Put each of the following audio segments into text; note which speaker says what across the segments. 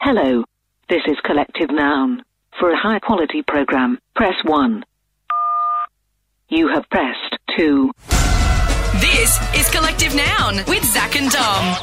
Speaker 1: Hello. This is collective noun. For a high quality program, press 1. You have pressed 2.
Speaker 2: This is Collective Noun with Zach and Dom.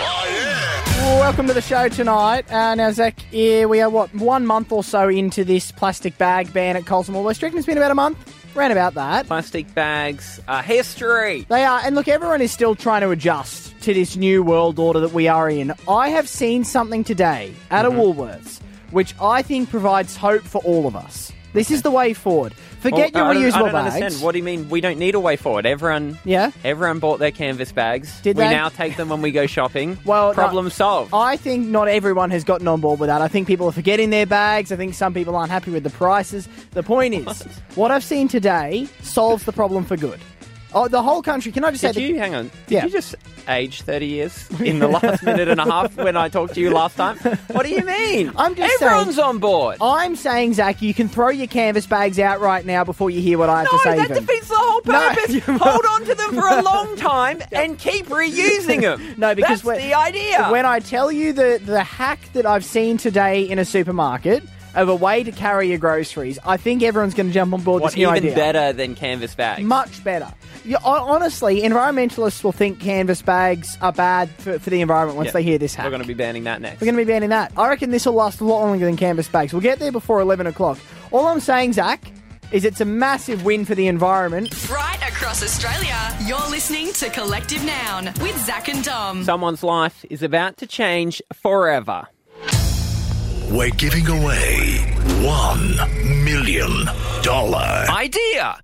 Speaker 3: Welcome to the show tonight. Uh, now, Zach, yeah, we are, what, one month or so into this plastic bag ban at Colsmore. West Strickland's been about a month, round about that.
Speaker 4: plastic bags are history.
Speaker 3: They are, and look, everyone is still trying to adjust to this new world order that we are in. I have seen something today at a
Speaker 4: Mm-hmm.
Speaker 3: Woolworths, which I think provides hope for all of us. This is the way forward. Forget
Speaker 4: Well, I
Speaker 3: your
Speaker 4: don't-
Speaker 3: reusable
Speaker 4: I don't
Speaker 3: bags.
Speaker 4: understand. What do you mean? We don't need a way forward. Everyone,
Speaker 3: Yeah.
Speaker 4: everyone bought their canvas bags.
Speaker 3: Did
Speaker 4: we
Speaker 3: they?
Speaker 4: now take them when we go shopping?
Speaker 3: Well, no.
Speaker 4: problem solved.
Speaker 3: I think not everyone has gotten on board with that. I think people are forgetting their bags. I think some people aren't happy with the prices. The point is, what I've seen today solves the problem for good. Oh, the whole country. Can I just
Speaker 4: Did
Speaker 3: say?
Speaker 4: you hang on? Did
Speaker 3: Yeah.
Speaker 4: you just age thirty years in the last minute and a half when I talked to you last time? What do you mean?
Speaker 3: I'm just saying-
Speaker 4: everyone's on board.
Speaker 3: That I'm saying, Zach, you can throw your canvas bags out right now before you hear what I have
Speaker 4: no,
Speaker 3: to say.
Speaker 4: that
Speaker 3: even.
Speaker 4: defeats the whole
Speaker 3: No,
Speaker 4: purpose.
Speaker 3: you-
Speaker 4: Hold on to them for a long time and keep reusing them.
Speaker 3: No, because
Speaker 4: That's
Speaker 3: when-
Speaker 4: the idea.
Speaker 3: When I tell you the the hack that I've seen today in a supermarket of a way to carry your groceries, I think everyone's going to jump on board
Speaker 4: what
Speaker 3: this new
Speaker 4: even
Speaker 3: idea.
Speaker 4: better than canvas bags?
Speaker 3: Much better. Yeah, hon- honestly, environmentalists will think canvas bags are bad for, for the environment once
Speaker 4: Yeah.
Speaker 3: they hear this hack.
Speaker 4: We're going to be banning that next.
Speaker 3: We're going to be banning that. I reckon this will last a lot longer than canvas bags. We'll get there before 11 o'clock. All I'm saying, Zach, is it's a massive win for the environment.
Speaker 2: Right across Australia, you're listening to Collective Noun with Zach and Dom.
Speaker 4: Someone's life is about to change forever.
Speaker 5: We're giving away one million dollar.
Speaker 4: Idea!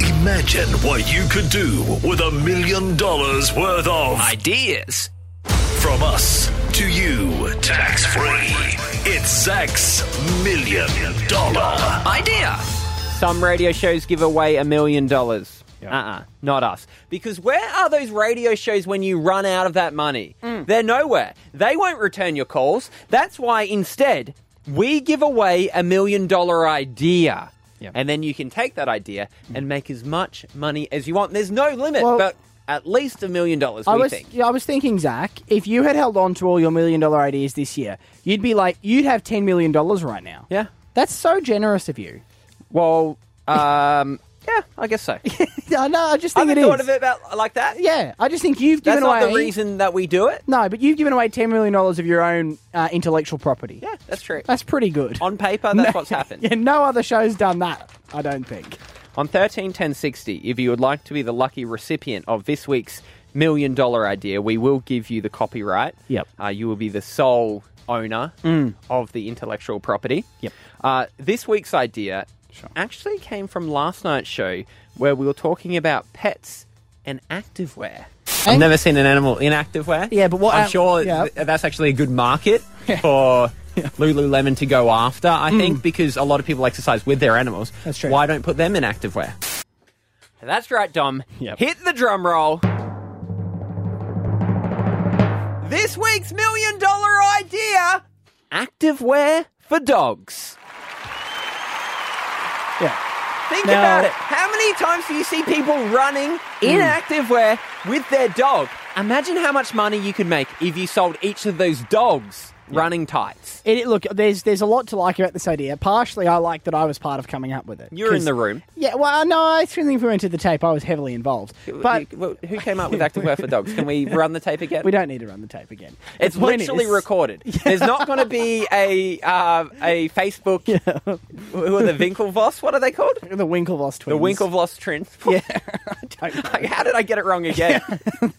Speaker 5: Imagine what you could do with a million dollars worth of
Speaker 4: Ideas!
Speaker 5: from us to you, tax free. It's Zach's million dollar.
Speaker 4: Idea! Some radio shows give away a million dollars. Uh uh not us. Because where are those radio shows when you run out of that money?
Speaker 3: Mm.
Speaker 4: They're nowhere. They won't return your calls. That's why instead, we give away a million dollar idea. And then you can take that idea and make as much money as you want. There's no limit,
Speaker 3: Well-
Speaker 4: but at least a million dollars,
Speaker 3: I
Speaker 4: we
Speaker 3: was,
Speaker 4: think.
Speaker 3: yeah, I was thinking, Zach, if you had held on to all your million dollar ideas this year, you'd be like, you'd have $10 million right now.
Speaker 4: Yeah.
Speaker 3: That's so generous of you.
Speaker 4: Well, um, yeah, I guess so.
Speaker 3: No, no, I just
Speaker 4: I
Speaker 3: think it
Speaker 4: haven't
Speaker 3: is.
Speaker 4: thought of it about like that.
Speaker 3: Yeah, I just think you've
Speaker 4: that's
Speaker 3: given
Speaker 4: not
Speaker 3: away.
Speaker 4: the reason that we do it.
Speaker 3: No, but you've given away ten million dollars of your own uh, intellectual property.
Speaker 4: Yeah, that's true.
Speaker 3: that's pretty good.
Speaker 4: On paper, that's what's happened.
Speaker 3: yeah, no other show's done that. I don't think.
Speaker 4: On thirteen ten sixty, if you would like to be the lucky recipient of this week's million dollar idea, we will give you the copyright.
Speaker 3: Yep. Mm.
Speaker 4: Uh, you will be the sole owner of the intellectual property.
Speaker 3: Yep.
Speaker 4: Uh, this week's idea actually came from last night's show where we were talking about pets and activewear. I've
Speaker 3: And-
Speaker 4: never seen an animal in activewear.
Speaker 3: Yeah, but what
Speaker 4: I'm
Speaker 3: an-
Speaker 4: sure
Speaker 3: yeah.
Speaker 4: th- that's actually a good market for Lululemon to go after. I think because a lot of people exercise with their animals.
Speaker 3: That's true.
Speaker 4: Why don't put them in activewear? That's right, Dom.
Speaker 3: Yep.
Speaker 4: Hit the drum roll. This week's million dollar idea activewear for dogs.
Speaker 3: Yeah,
Speaker 4: Think
Speaker 3: Now- Hmm.
Speaker 4: about it. How many times do you see people running in activewear with their dog? Imagine how much money you could make if you sold each of those dogs running tights.
Speaker 3: it, it- look, there's there's a lot to like about this idea. Partially, I like that I was part of coming up with it.
Speaker 4: You're in
Speaker 3: 'Cause-
Speaker 4: the room.
Speaker 3: Yeah, well, uh, no, I certainly if we went to the tape, I was heavily involved. But
Speaker 4: Well, who came up with activewear for dogs? Can we run the tape again?
Speaker 3: we don't need to run the tape again. The
Speaker 4: It's
Speaker 3: point
Speaker 4: literally
Speaker 3: is-
Speaker 4: recorded. There's not going to be a uh, a Facebook. Who are the Winklevoss? What are they called?
Speaker 3: The Winklevoss
Speaker 4: The
Speaker 3: twins.
Speaker 4: Winklevoss Trent.
Speaker 3: Yeah, I don't know.
Speaker 4: How did I get it wrong again?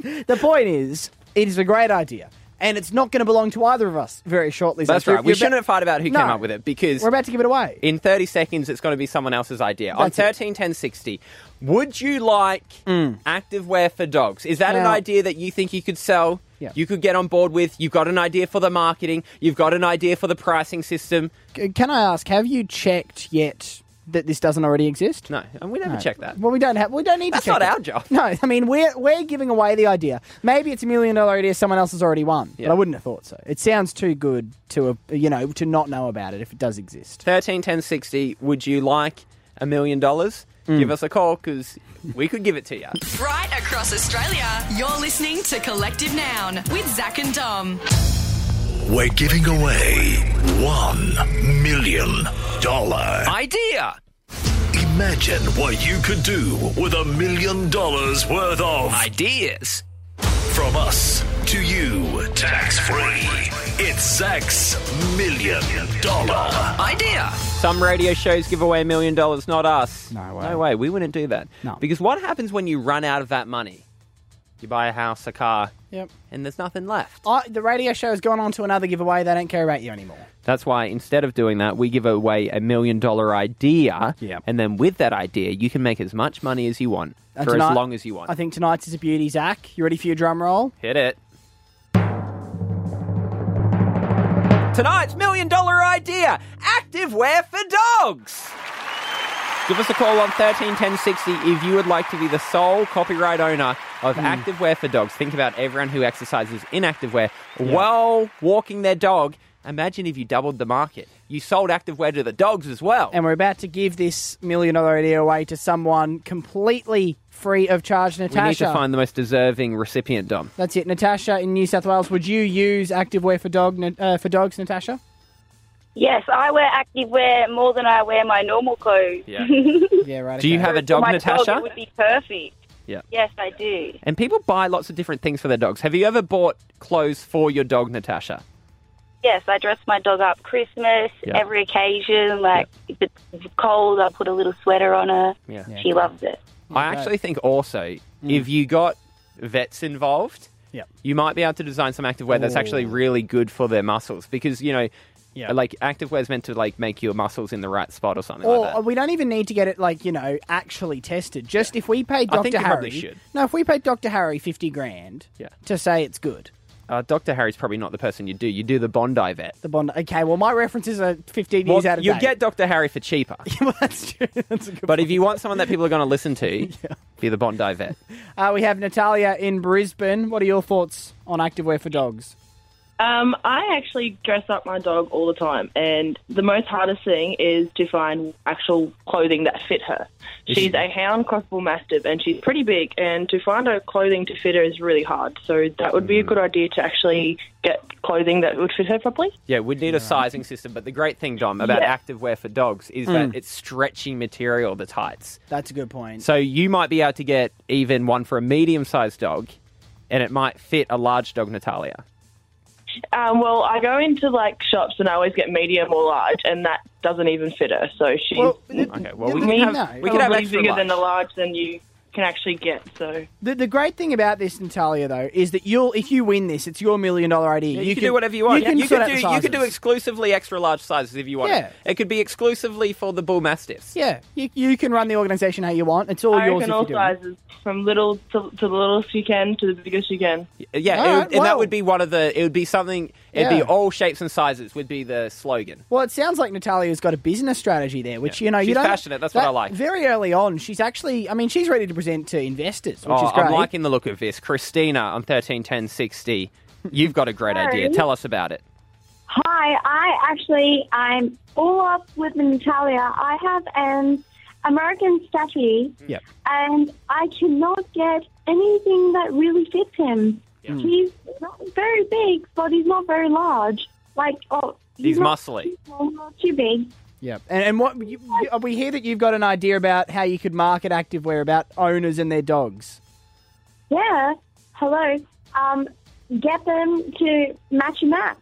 Speaker 3: The point is, it is a great idea, and it's not going to belong to either of us very shortly.
Speaker 4: That's
Speaker 3: Zach.
Speaker 4: right. We
Speaker 3: You're- you're
Speaker 4: shouldn't
Speaker 3: about-
Speaker 4: fight about who
Speaker 3: No.
Speaker 4: came up with it because
Speaker 3: We're about to give it away.
Speaker 4: in 30 seconds it's going to be someone else's idea. On
Speaker 3: That's it. Mm.
Speaker 4: 13 10 60, would you like activewear for dogs? Is that an
Speaker 3: Now-
Speaker 4: idea that you think you could sell?
Speaker 3: Yeah.
Speaker 4: You could get on board with. You've got an idea for the marketing. You've got an idea for the pricing system.
Speaker 3: C- Can I ask, have you checked yet that this doesn't already exist?
Speaker 4: No, and we never
Speaker 3: No.
Speaker 4: check that.
Speaker 3: Well, we don't have. We don't need
Speaker 4: That's
Speaker 3: to. check
Speaker 4: not
Speaker 3: it.
Speaker 4: our job.
Speaker 3: No, I mean we're we're giving away the idea. Maybe it's a million dollar idea someone else has already won,
Speaker 4: Yeah.
Speaker 3: but I wouldn't have thought so. It sounds too good to a, you know to not know about it if it does exist.
Speaker 4: 13 10 60 would you like a million dollars
Speaker 3: Mm.
Speaker 4: give us a call because we could give it to you
Speaker 2: Right across Australia, you're listening to Collective Noun with Zach and Dom.
Speaker 5: We're giving away One million dollar.
Speaker 4: Idea.
Speaker 5: Imagine what you could do with a million dollars worth of
Speaker 4: Ideas.
Speaker 5: from us to you, tax free. It's Zach's million dollar.
Speaker 4: Idea. Some radio shows give away a million dollars, not us.
Speaker 3: No way.
Speaker 4: No way. We wouldn't do that.
Speaker 3: No.
Speaker 4: Because what happens when you run out of that money? You buy a house, a car,
Speaker 3: Yep.
Speaker 4: and there's nothing left.
Speaker 3: I, the radio show has gone on to another giveaway. They don't care about you anymore.
Speaker 4: That's why instead of doing that, we give away a million dollar idea.
Speaker 3: Yep.
Speaker 4: And then with that idea, you can make as much money as you want
Speaker 3: And
Speaker 4: for
Speaker 3: Uh, tonight-
Speaker 4: as long as you want.
Speaker 3: I think tonight's is a beauty, Zach. You ready for your drum roll?
Speaker 4: Hit it. Tonight's million dollar idea active wear for dogs. Give us a call on 131060 if you would like to be the sole copyright owner of
Speaker 3: Hmm.
Speaker 4: active wear for dogs. Think about everyone who exercises in active wear while walking their dog. Imagine if you doubled the market. You sold active wear to the dogs as well.
Speaker 3: And we're about to give this million dollar idea away to someone completely free of charge,
Speaker 4: we
Speaker 3: Natasha.
Speaker 4: need to find the most deserving recipient, Dom.
Speaker 3: That's it, Natasha in New South Wales. Would you use activewear for dog uh, for dogs, Natasha?
Speaker 6: Yes, I wear active wear more than I wear my normal clothes.
Speaker 4: Yeah.
Speaker 3: Yeah, right.
Speaker 4: Do you
Speaker 3: okay.
Speaker 4: have a dog,
Speaker 6: For my
Speaker 4: Natasha?
Speaker 6: Dog, it would be perfect.
Speaker 4: Yeah.
Speaker 6: Yes, I do.
Speaker 4: And people buy lots of different things for their dogs. Have you ever bought clothes for your dog, Natasha?
Speaker 6: Yes, I dress my dog up Christmas,
Speaker 4: Yeah.
Speaker 6: every occasion. Like, if it's cold, I put a little sweater on her.
Speaker 4: Yeah. Yeah.
Speaker 6: She loves it.
Speaker 4: I actually think also
Speaker 3: Mm.
Speaker 4: if you got vets involved,
Speaker 3: Yep.
Speaker 4: you might be able to design some active wear that's actually
Speaker 3: Ooh.
Speaker 4: really good for their muscles because you know,
Speaker 3: Yeah.
Speaker 4: like active wear is meant to like make your muscles in the right spot or something
Speaker 3: Or um,
Speaker 4: like that.
Speaker 3: we don't even need to get it like you know actually tested. Just if we paid Doctor
Speaker 4: I think you
Speaker 3: Harry,
Speaker 4: probably should.
Speaker 3: no, if we paid Doctor Harry fifty grand,
Speaker 4: Yeah.
Speaker 3: to say it's good.
Speaker 4: Uh, Doctor Harry's probably not the person you do. You do the Bondi vet.
Speaker 3: The Bond. Okay, well my references are fifteen
Speaker 4: Well,
Speaker 3: years out of
Speaker 4: you
Speaker 3: date.
Speaker 4: get Doctor Harry for cheaper,
Speaker 3: Well, that's true. That's a good
Speaker 4: but if you want someone that people are going to listen to, be the Bondi vet.
Speaker 3: Uh, we have Natalia in Brisbane. What are your thoughts on activewear for dogs?
Speaker 7: Um, I actually dress up my dog all the time, and the most hardest thing is to find actual clothing that fit her. She's a hound crossball mastiff, and she's pretty big, and to find her clothing to fit her is really hard. So that would be a good idea to actually get clothing that would fit her properly.
Speaker 4: Yeah, we'd need a sizing system. But the great thing, Dom, about
Speaker 7: Yeah.
Speaker 4: active wear for dogs is
Speaker 3: Mm.
Speaker 4: that it's stretchy material, the tights.
Speaker 3: That's a good point.
Speaker 4: So you might be able to get even one for a medium sized dog, and it might fit a large dog, Natalia.
Speaker 7: Um, well, I go into like shops, and I always get medium or large, and that doesn't even fit her. So she's
Speaker 3: Well,
Speaker 4: Okay, well,
Speaker 3: Yeah, but
Speaker 4: we can
Speaker 3: you
Speaker 4: have,
Speaker 3: know.
Speaker 4: we can have
Speaker 7: probably
Speaker 4: extra
Speaker 7: bigger
Speaker 4: large.
Speaker 7: than the large than you can actually get. So.
Speaker 3: The, the great thing about this, Natalia, though, is that you'll if you win this, it's your million dollar idea.
Speaker 4: You, can do whatever you want.
Speaker 3: You can sort
Speaker 4: could
Speaker 3: out the
Speaker 4: do you could do
Speaker 3: sizes.
Speaker 4: exclusively extra large sizes if you want.
Speaker 3: Yeah.
Speaker 4: It could be exclusively for the bull mastiffs.
Speaker 3: yeah, you, you can run the organisation how you want. It's all
Speaker 7: I
Speaker 3: yours.
Speaker 7: reckon
Speaker 3: If
Speaker 7: all
Speaker 3: you do it.
Speaker 7: sizes, from little to, to the littlest you can to the biggest you can.
Speaker 3: All
Speaker 4: Yeah, it would-
Speaker 3: right,
Speaker 4: and that
Speaker 3: well.
Speaker 4: would be one of the. It would be something. It'd be
Speaker 3: Yeah.
Speaker 4: all shapes and sizes. Would be the slogan.
Speaker 3: Well, it sounds like Natalia's got a business strategy there, which you know
Speaker 4: She's
Speaker 3: you don't.
Speaker 4: passionate, that's what I like.
Speaker 3: Very early on, she's actually. I mean, she's ready to present to investors, which
Speaker 4: oh,
Speaker 3: is great.
Speaker 4: I'm liking the look of this, Christina on thirteen ten sixty. You've got a great idea. Tell us about it.
Speaker 8: Hi, I actually I'm all up with Natalia. I have an American statue,
Speaker 3: Yep.
Speaker 8: and I cannot get anything that really fits him.
Speaker 4: Hmm.
Speaker 8: He's not very big, but he's not very large. Like oh,
Speaker 4: He's
Speaker 8: not
Speaker 4: muscly.
Speaker 8: Too small, not too big.
Speaker 3: Yep. And, and what you, you- we hear that you've got an idea about how you could market activewear about owners and their dogs.
Speaker 8: Yeah. Hello. Um, get them to match a match.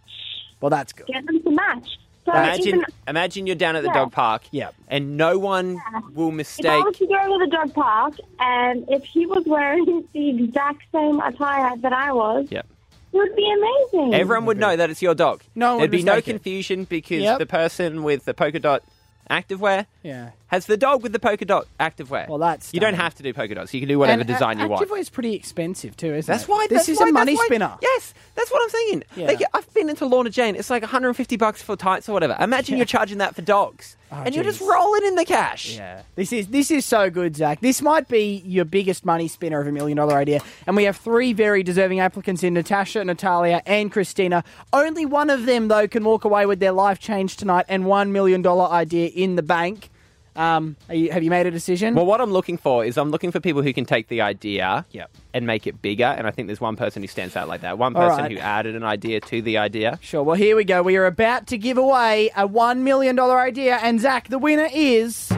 Speaker 3: Well, that's good.
Speaker 8: Get them to match. So
Speaker 4: Imagine,
Speaker 8: even
Speaker 4: imagine you're down at the
Speaker 8: Yeah.
Speaker 4: dog park,
Speaker 3: Yep.
Speaker 4: and no one will
Speaker 8: If I
Speaker 4: mistake.
Speaker 8: was to go to the dog park and if he was wearing the exact same attire that I was,
Speaker 4: Yep.
Speaker 8: it would be amazing.
Speaker 4: Everyone would know that it's your dog.
Speaker 3: No one
Speaker 4: there'd
Speaker 3: would
Speaker 4: be no
Speaker 3: mistake it.
Speaker 4: confusion because
Speaker 3: Yep.
Speaker 4: the person with the polka dot activewear
Speaker 3: Yeah.
Speaker 4: has the dog with the polka dot activewear.
Speaker 3: Well, that's
Speaker 4: you don't
Speaker 3: stunning.
Speaker 4: have to do polka dots. You can do whatever
Speaker 3: And a-
Speaker 4: design you want.
Speaker 3: Activewear is pretty expensive too, isn't
Speaker 4: That's
Speaker 3: it?
Speaker 4: why
Speaker 3: this
Speaker 4: that's
Speaker 3: is
Speaker 4: why-
Speaker 3: a money
Speaker 4: that's why-
Speaker 3: spinner.
Speaker 4: Yes, that's what I'm thinking.
Speaker 3: Yeah.
Speaker 4: Like, I've been into Lorna Jane. It's like 150 bucks for tights or whatever. Imagine you're charging that for dogs, and you're just
Speaker 3: geez.
Speaker 4: rolling in the cash.
Speaker 3: Oh, Yeah. This is this is so good, Zach. This might be your biggest money spinner of a million dollar idea. And we have three very deserving applicants in Natasha, Natalia, and Christina. Only one of them though can walk away with their life changed tonight and one million dollar idea in the bank. Um, are you, have you made a decision?
Speaker 4: Well, what I'm looking for is I'm looking for people who can take the idea
Speaker 3: Yep.
Speaker 4: and make it bigger. And I think there's one person who stands out like that. One
Speaker 3: All
Speaker 4: person
Speaker 3: right.
Speaker 4: who added an idea to the idea.
Speaker 3: Sure. Well, here we go. We are about to give away a $1 million idea. And Zach, the winner is.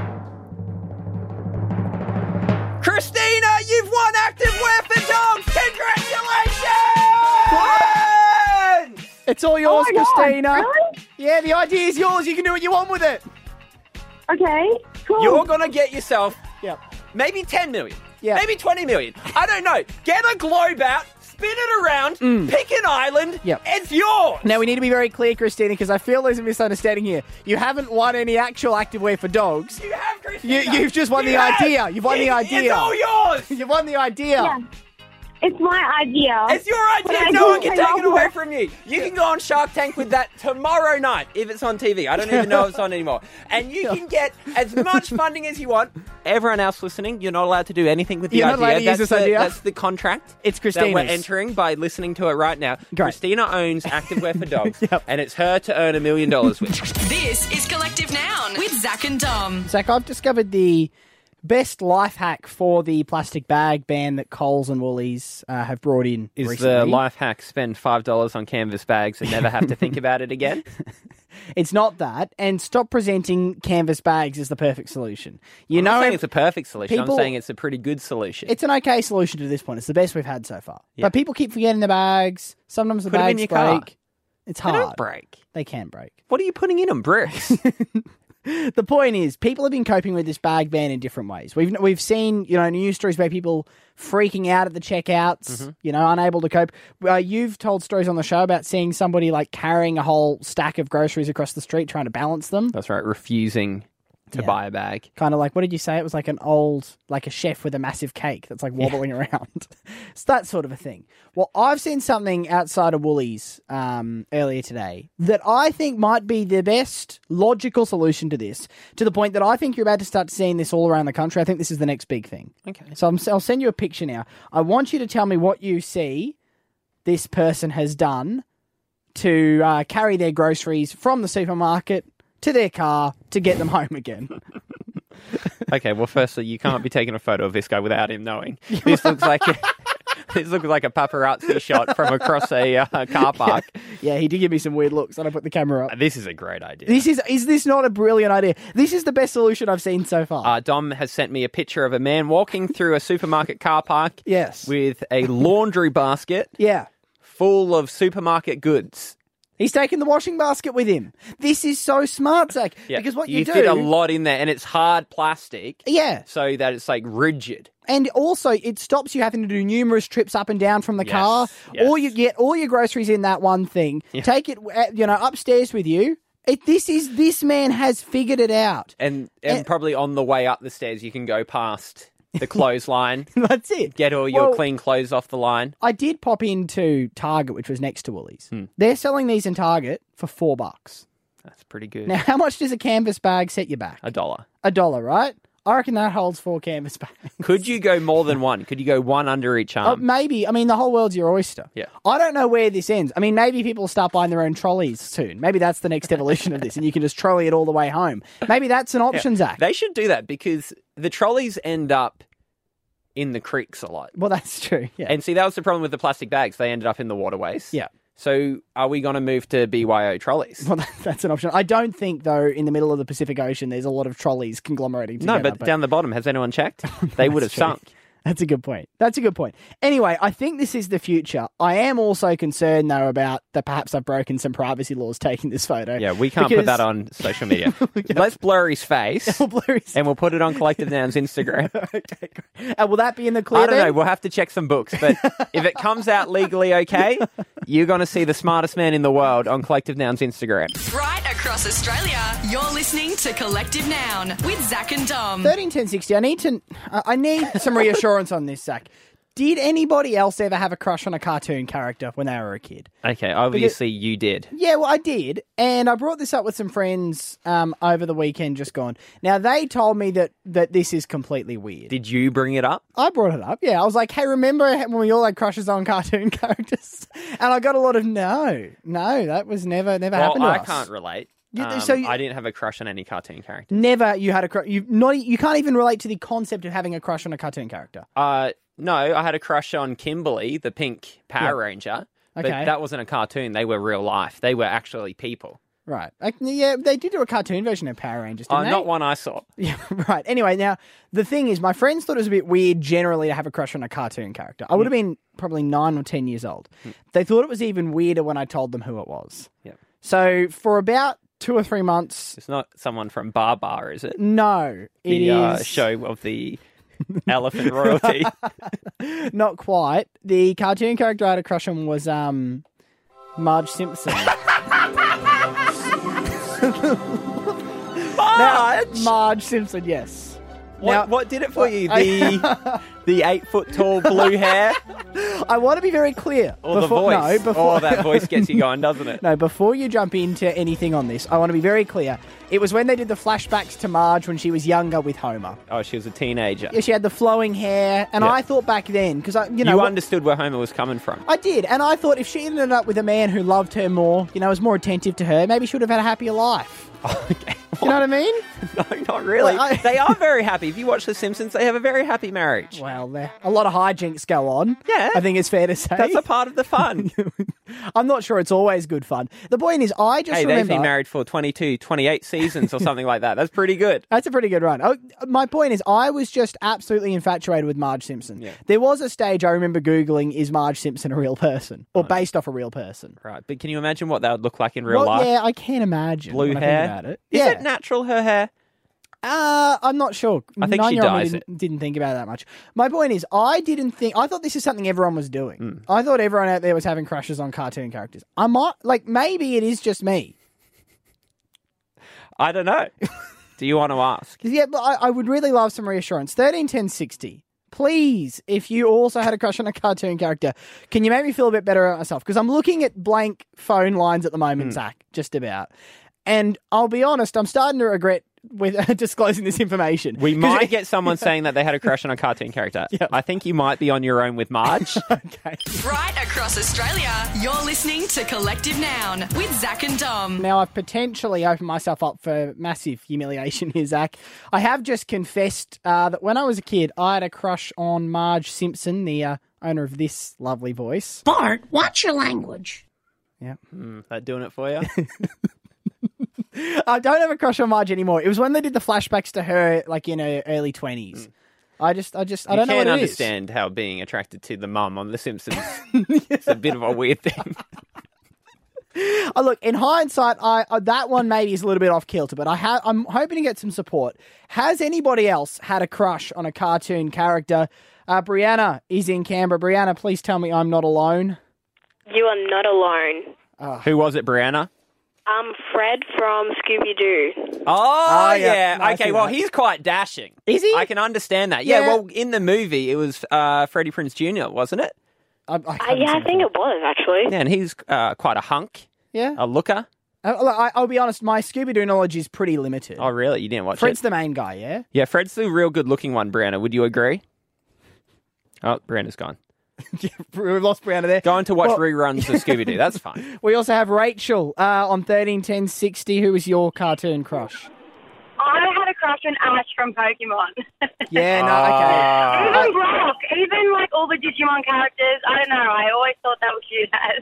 Speaker 4: Christina, you've won active wear for dogs. Congratulations!
Speaker 3: It's all yours,
Speaker 8: Oh my God,
Speaker 3: Christina.
Speaker 8: really?
Speaker 3: Yeah, the idea is yours. You can do what you want with it.
Speaker 8: Okay, cool.
Speaker 4: You're gonna get yourself
Speaker 3: Yep.
Speaker 4: maybe 10 million.
Speaker 3: Yeah.
Speaker 4: Maybe 20 million. I don't know. Get a globe out, spin it around, pick an island.
Speaker 3: Mm. Yep.
Speaker 4: It's yours.
Speaker 3: Now, we need to be very clear, Christina, because I feel there's a misunderstanding here. You haven't won any actual activewear for dogs.
Speaker 4: you have Christina.
Speaker 3: You, you've just won
Speaker 4: You
Speaker 3: the
Speaker 4: have.
Speaker 3: idea. You've won the
Speaker 4: It's-
Speaker 3: idea.
Speaker 4: It's all yours.
Speaker 3: You've won the idea.
Speaker 8: Yeah. It's my idea.
Speaker 4: It's your idea.
Speaker 8: I
Speaker 4: No one
Speaker 8: think
Speaker 4: can
Speaker 8: I
Speaker 4: take it
Speaker 8: love
Speaker 4: away
Speaker 8: it.
Speaker 4: from you. You can go on Shark Tank with that tomorrow night if it's on TV. I don't even know if it's on anymore. And you can get as much funding as you want. Everyone else listening, you're not allowed to do anything with the
Speaker 3: You're not
Speaker 4: idea.
Speaker 3: allowed to use
Speaker 4: that's
Speaker 3: this
Speaker 4: the,
Speaker 3: idea.
Speaker 4: That's the contract.
Speaker 3: It's
Speaker 4: That we're
Speaker 3: Christina's.
Speaker 4: entering by listening to it right now.
Speaker 3: Great.
Speaker 4: Christina owns Activewear for Dogs,
Speaker 3: Yep.
Speaker 4: and it's her to earn a million dollars with.
Speaker 2: This is Collective Noun with Zach and Dom.
Speaker 3: Zach, I've discovered the best life hack for the plastic bag ban that Coles and Woolies uh, have brought in
Speaker 4: Is
Speaker 3: recently.
Speaker 4: the life hack spend five dollars on canvas bags and never have to think about it again?
Speaker 3: It's not that, and stop presenting canvas bags as the perfect solution. You
Speaker 4: I'm
Speaker 3: know,
Speaker 4: not saying
Speaker 3: ev-
Speaker 4: it's a perfect solution.
Speaker 3: people-
Speaker 4: I'm saying it's a pretty good solution.
Speaker 3: it's an okay solution to this point. It's the best we've had so far. But people keep forgetting the bags. Sometimes the
Speaker 4: Put 'em in
Speaker 3: bags
Speaker 4: your
Speaker 3: break.
Speaker 4: car.
Speaker 3: It's
Speaker 4: They
Speaker 3: hard.
Speaker 4: don't break.
Speaker 3: They can break.
Speaker 4: What are you putting in them, bricks?
Speaker 3: the point is, people have been coping with this bag ban in different ways. We've we've seen you know news stories where people freaking out at the checkouts, you know, unable to cope. Uh, you've told stories on the show about seeing somebody like carrying a whole stack of groceries across the street, trying to balance them.
Speaker 4: That's right, refusing to
Speaker 3: Yeah.
Speaker 4: buy a bag.
Speaker 3: Kind of like what did you say? It was like an old, like a chef with a massive cake that's like wobbling around. it's that sort of a thing. Well, I've seen something outside of Woolies um, earlier today that I think might be the best logical solution to this. To the point that I think you're about to start seeing this all around the country. I think this is the next big thing. Okay. So I'm, I'll send you a picture now. I want you to tell me what you see this person has done to uh, carry their groceries from the supermarket to their car to get them home again.
Speaker 4: Okay, well, firstly, you can't be taking a photo of this guy without him knowing. This looks like a, this looks like a paparazzi shot from across a uh, car park.
Speaker 3: Yeah, he did give me some weird looks, and I put the camera up.
Speaker 4: This is a great idea.
Speaker 3: This is is this not a brilliant idea? This is the best solution I've seen so far.
Speaker 4: uh, Dom has sent me a picture of a man walking through a supermarket car park
Speaker 3: yes.
Speaker 4: with a laundry basket
Speaker 3: yeah.
Speaker 4: full of supermarket goods.
Speaker 3: He's taking the washing basket with him. This is so smart, Zach. Because what you,
Speaker 4: you
Speaker 3: do
Speaker 4: fit a lot in there, and it's hard plastic,
Speaker 3: Yeah.
Speaker 4: so that it's like rigid.
Speaker 3: And also it stops you having to do numerous trips up and down from the
Speaker 4: Yes,
Speaker 3: car.
Speaker 4: yes.
Speaker 3: All you get all your groceries in that one thing. Take it uh, you know upstairs with you. It, this is this man has figured it out.
Speaker 4: And and
Speaker 3: Eh.
Speaker 4: probably on the way up the stairs, you can go past the clothesline,
Speaker 3: That's it.
Speaker 4: get all your
Speaker 3: Well-
Speaker 4: clean clothes off the line.
Speaker 3: I did pop into Target, which was next to Woolies.
Speaker 4: Hmm.
Speaker 3: They're selling these in Target for four bucks.
Speaker 4: That's pretty good.
Speaker 3: Now, how much does a canvas bag set you back?
Speaker 4: a dollar.
Speaker 3: A dollar, right? I reckon that holds four canvas bags.
Speaker 4: Could you go more than one? Could you go one under each
Speaker 3: Uh,
Speaker 4: arm?
Speaker 3: maybe. I mean, the whole world's your oyster.
Speaker 4: Um, Yeah.
Speaker 3: I don't know where this ends. I mean, maybe people start buying their own trolleys soon. Maybe that's the next evolution of this, and you can just trolley it all the way home. Maybe that's an option, Zach.
Speaker 4: they should do that because the trolleys end up in the creeks a lot.
Speaker 3: well, that's true. Yeah.
Speaker 4: And see, that was the problem with the plastic bags. They ended up in the waterways.
Speaker 3: Yeah.
Speaker 4: So are we going to move to BYO trolleys?
Speaker 3: well, that- that's an option. I don't think, though, in the middle of the Pacific Ocean, there's a lot of trolleys conglomerating
Speaker 4: no,
Speaker 3: together.
Speaker 4: but, down the bottom, has anyone checked? They would have
Speaker 3: That's true.
Speaker 4: sunk.
Speaker 3: That's a good point. That's a good point. Anyway, I think this is the future. I am also concerned though about that perhaps I've broken some privacy laws taking this photo.
Speaker 4: Yeah, we can't put
Speaker 3: Because-
Speaker 4: that on social media. Let's blur his face
Speaker 3: Well, Blue is-
Speaker 4: and we'll put it on Collective Noun's Instagram.
Speaker 3: Okay, great. Uh, will that be in the clear?
Speaker 4: I don't
Speaker 3: then?
Speaker 4: know. We'll have to check some books. But if it comes out legally okay, you're going to see the smartest man in the world on Collective Noun's Instagram.
Speaker 2: Right across Australia, you're listening to Collective Noun with Zach and Dom.
Speaker 3: Thirteen ten sixty. I need to. I I need some reassurance on this, Zach. Did anybody else ever have a crush on a cartoon character when they were a kid?
Speaker 4: Okay, obviously you did.
Speaker 3: Yeah, well, I did, and I brought this up with some friends um, over the weekend. Just gone. Now they told me that that this is completely weird.
Speaker 4: Did you bring it up?
Speaker 3: I brought it up. Yeah, I was like, "Hey, remember when we all had crushes on cartoon characters?" And I got a lot of no, no, that was never never happened
Speaker 4: well,
Speaker 3: to
Speaker 4: I
Speaker 3: us.
Speaker 4: can't relate
Speaker 3: You-
Speaker 4: Um,
Speaker 3: so you-
Speaker 4: I didn't have a crush on any cartoon character.
Speaker 3: Never you had a crush. You not e, you can't even relate to the concept of having a crush on a cartoon character.
Speaker 4: Uh, no, I had a crush on Kimberly, the pink Power Ranger. But
Speaker 3: Okay.
Speaker 4: that wasn't a cartoon. They were real life. They were actually people.
Speaker 3: Right. Like, yeah, they did do a cartoon version of Power Rangers, didn't
Speaker 4: Oh,
Speaker 3: they?
Speaker 4: not one I saw.
Speaker 3: Yeah, right. Anyway, now the thing is, my friends thought it was a bit weird generally to have a crush on a cartoon character. I would
Speaker 4: Hmm.
Speaker 3: have been probably nine or ten years old. They thought it was even weirder when I told them who it was.
Speaker 4: Yep.
Speaker 3: So for about two or three months,
Speaker 4: It's not someone from Barbar, is it?
Speaker 3: no, it is
Speaker 4: the uh, show of the elephant royalty.
Speaker 3: not quite. The cartoon character I had a crush on was um, Marge Simpson.
Speaker 4: Marge!
Speaker 3: Marge Simpson, yes.
Speaker 4: what,
Speaker 3: now-
Speaker 4: what did it for you?
Speaker 3: I-
Speaker 4: The the eight foot tall blue hair
Speaker 3: I want to be very clear.
Speaker 4: or the
Speaker 3: Before-
Speaker 4: voice?
Speaker 3: No, before
Speaker 4: Oh, that voice gets you going, doesn't it?
Speaker 3: No, before you jump into anything on this, I want to be very clear. It was when they did the flashbacks to Marge when she was younger with Homer.
Speaker 4: Oh, she was a teenager.
Speaker 3: Yeah, she had the flowing hair, and
Speaker 4: Yeah.
Speaker 3: I thought back then because I, you
Speaker 4: you
Speaker 3: know, what-
Speaker 4: understood where Homer was coming from.
Speaker 3: I did, and I thought if she ended up with a man who loved her more, you know, was more attentive to her, maybe she would have had a happier life.
Speaker 4: okay.
Speaker 3: You know what I mean?
Speaker 4: No, not really.
Speaker 3: Well, I-
Speaker 4: They are very happy. If you watch The Simpsons, they have a very happy marriage.
Speaker 3: Well, there a lot of hijinks go on.
Speaker 4: Yeah.
Speaker 3: I think it's fair to say.
Speaker 4: That's a part of the fun.
Speaker 3: I'm not sure it's always good fun. The point is, I just
Speaker 4: hey, they've
Speaker 3: remember
Speaker 4: been married for 22, 28 seasons or something like that. That's pretty good.
Speaker 3: That's a pretty good run. Oh, my point is, I was just absolutely infatuated with Marge Simpson. There was a stage I remember Googling, is Marge Simpson a real person? Or based off a real person?
Speaker 4: Right, but can you imagine what that would look like in real
Speaker 3: Well,
Speaker 4: life?
Speaker 3: Yeah, I can imagine.
Speaker 4: Blue
Speaker 3: when I think
Speaker 4: hair.
Speaker 3: about it.
Speaker 4: Is
Speaker 3: yeah.
Speaker 4: it natural, her hair?
Speaker 3: Uh, I'm not sure.
Speaker 4: I think she
Speaker 3: Nine-year-old me
Speaker 4: dyes
Speaker 3: didn't, didn't think about it that much. My point is, I didn't think. I thought this is something everyone was doing.
Speaker 4: Hmm.
Speaker 3: I thought everyone out there was having crushes on cartoon characters. I might like maybe it is just me.
Speaker 4: I don't know. Do you want to ask?
Speaker 3: Yeah, but I, I would really love some reassurance. Thirteen ten sixty. Please, if you also had a crush on a cartoon character, can you make me feel a bit better about myself? Because I'm looking at blank phone lines at the
Speaker 4: Hmm.
Speaker 3: moment, Zach, just about. And I'll be honest, I'm starting to regret with disclosing this information.
Speaker 4: We
Speaker 3: 'Cause
Speaker 4: might get someone saying that they had a crush on a cartoon character. I think you might be on your own with Marge.
Speaker 2: Right across Australia, you're listening to Collective Noun with Zach and Dom.
Speaker 3: Now I've potentially opened myself up for massive humiliation here, Zach. I have just confessed uh, that when I was a kid, I had a crush on Marge Simpson, the uh, owner of this lovely voice.
Speaker 9: Bart, watch your language.
Speaker 4: Is that doing it for you?
Speaker 3: I don't have a crush on Marge anymore. It was when they did the flashbacks to her, like in her early twenties. I just, I just, I
Speaker 4: Hmm. you
Speaker 3: don't know
Speaker 4: can
Speaker 3: what it is.
Speaker 4: understand how being attracted to the mum on The Simpsons It's a bit of a weird thing.
Speaker 3: Oh, look, in hindsight, I uh, that one maybe is a little bit off kilter, but I ha- I'm hoping to get some support. Has anybody else had a crush on a cartoon character? Uh, Brianna is in Canberra. Brianna, please tell me I'm not alone.
Speaker 10: You are not alone.
Speaker 4: Who was it, Brianna?
Speaker 10: I'm Fred from Scooby Doo.
Speaker 4: Oh,
Speaker 3: Oh, yeah.
Speaker 4: yeah.
Speaker 3: No, I
Speaker 4: okay,
Speaker 3: see
Speaker 4: well,
Speaker 3: that.
Speaker 4: he's quite dashing.
Speaker 3: Is he?
Speaker 4: I can understand that. Yeah,
Speaker 3: Yeah.
Speaker 4: well, in the movie, it was uh, Freddie Prince Jr., wasn't it?
Speaker 3: I, I
Speaker 10: Uh, yeah, I think
Speaker 3: it.
Speaker 10: it was actually.
Speaker 4: Yeah, and he's uh, quite a hunk,
Speaker 3: Yeah.
Speaker 4: a looker.
Speaker 3: Uh, look, I, I'll be honest, my Scooby Doo knowledge is pretty limited.
Speaker 4: Oh, really? You didn't watch
Speaker 3: Fred's
Speaker 4: it?
Speaker 3: the main guy, yeah?
Speaker 4: Yeah, Fred's the real good looking one, Brianna. Would you agree? Oh, Brianna's gone.
Speaker 3: We've lost Brianna there.
Speaker 4: Going to watch
Speaker 3: Well-
Speaker 4: reruns of Scooby Doo. That's fine.
Speaker 3: We also have Rachel uh, on 131060. Who was your cartoon crush?
Speaker 6: I had a crush on Ash from Pokemon.
Speaker 3: Yeah, no,
Speaker 4: Ah.
Speaker 3: okay.
Speaker 6: even Brock, even like all the Digimon characters. I don't know. I always thought that was cute. Ash.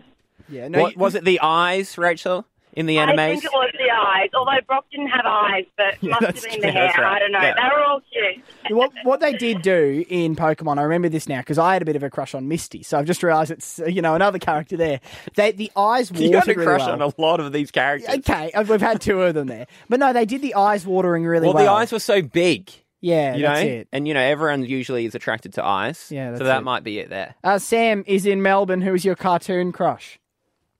Speaker 3: yeah, no,
Speaker 4: what,
Speaker 3: you-
Speaker 4: was it the eyes, Rachel, in the
Speaker 6: I
Speaker 4: animes?
Speaker 6: think it was the eyes. Although Brock didn't have eyes, but must have
Speaker 3: that's
Speaker 6: been
Speaker 3: true,
Speaker 6: the hair.
Speaker 4: that's right.
Speaker 6: I don't know.
Speaker 4: Yeah.
Speaker 6: They were all cute.
Speaker 3: what, what they did do in Pokemon, I remember this now because I had a bit of a crush on Misty, so I've just realised it's uh, you know another character there. They, the eyes watered
Speaker 4: you got a
Speaker 3: really
Speaker 4: crush
Speaker 3: well.
Speaker 4: on a lot of these characters.
Speaker 3: Okay, uh, we've had two of them there, but no, they did the eyes watering really
Speaker 4: well,
Speaker 3: well.
Speaker 4: the eyes were so big.
Speaker 3: yeah,
Speaker 4: you
Speaker 3: that's
Speaker 4: know?
Speaker 3: it.
Speaker 4: And, you know, everyone usually is attracted to eyes.
Speaker 3: Yeah,
Speaker 4: so
Speaker 3: that's
Speaker 4: that
Speaker 3: it.
Speaker 4: might be it there.
Speaker 3: Uh, Sam is in Melbourne. Who is your cartoon crush?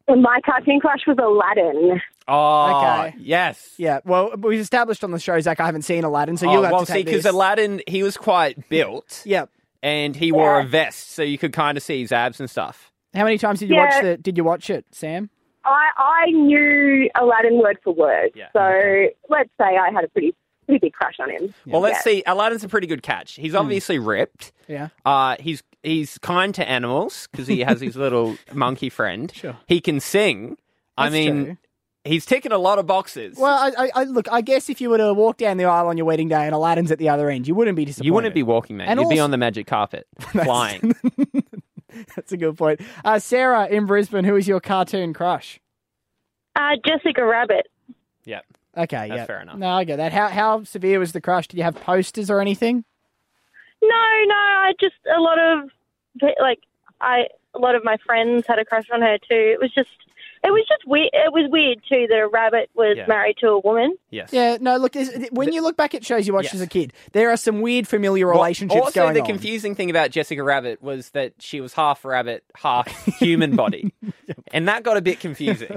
Speaker 9: My cartoon crush was Aladdin.
Speaker 4: Oh,
Speaker 3: Okay.
Speaker 4: yes.
Speaker 3: Yeah, well, we've established on the show, Zach. I haven't seen Aladdin, so
Speaker 4: Oh,
Speaker 3: you'll have
Speaker 4: well,
Speaker 3: to
Speaker 4: see,
Speaker 3: take
Speaker 4: because
Speaker 3: this.
Speaker 4: Aladdin, he was quite built
Speaker 3: yeah.
Speaker 4: and he wore a vest, so you could kind of see his abs and stuff.
Speaker 3: How many times did you
Speaker 9: Yeah.
Speaker 3: watch the? Did you watch it, Sam?
Speaker 9: I, I knew Aladdin word for word,
Speaker 4: Yeah.
Speaker 9: so let's say I had a pretty pretty big crush on him.
Speaker 4: Well, let's
Speaker 9: Yeah.
Speaker 4: see. Aladdin's a pretty good catch. He's
Speaker 3: Hmm.
Speaker 4: obviously ripped.
Speaker 3: Yeah.
Speaker 4: Uh, he's he's kind to animals because he has his little monkey friend.
Speaker 3: Sure.
Speaker 4: He can sing. I
Speaker 3: That's
Speaker 4: mean,
Speaker 3: true.
Speaker 4: He's ticking a lot of boxes.
Speaker 3: Well, I, I, I look. I guess if you were to walk down the aisle on your wedding day and Aladdin's at the other end, you wouldn't be disappointed.
Speaker 4: You wouldn't be walking, mate.
Speaker 3: And
Speaker 4: You'd be
Speaker 3: also-
Speaker 4: on the magic carpet, flying.
Speaker 3: That's a good point. Uh, Sarah in Brisbane, who is your cartoon crush?
Speaker 11: Uh, Jessica Rabbit.
Speaker 4: Yep.
Speaker 3: Okay,
Speaker 4: That's
Speaker 3: yeah,
Speaker 4: fair enough.
Speaker 3: No, I get that. How how severe was the crush? Did you have posters or anything?
Speaker 11: No, no, I just a lot of like I a lot of my friends had a crush on her too. It was just it was just weird. It was weird too that a rabbit was
Speaker 3: Yeah.
Speaker 11: married to a woman.
Speaker 4: Yes.
Speaker 3: Yeah. No. Look, is, when you look back at shows you watched as a kid, there are some weird familiar relationships
Speaker 4: also,
Speaker 3: going
Speaker 4: the
Speaker 3: on.
Speaker 4: confusing thing about Jessica Rabbit was that she was half rabbit, half human body, and that got a bit confusing.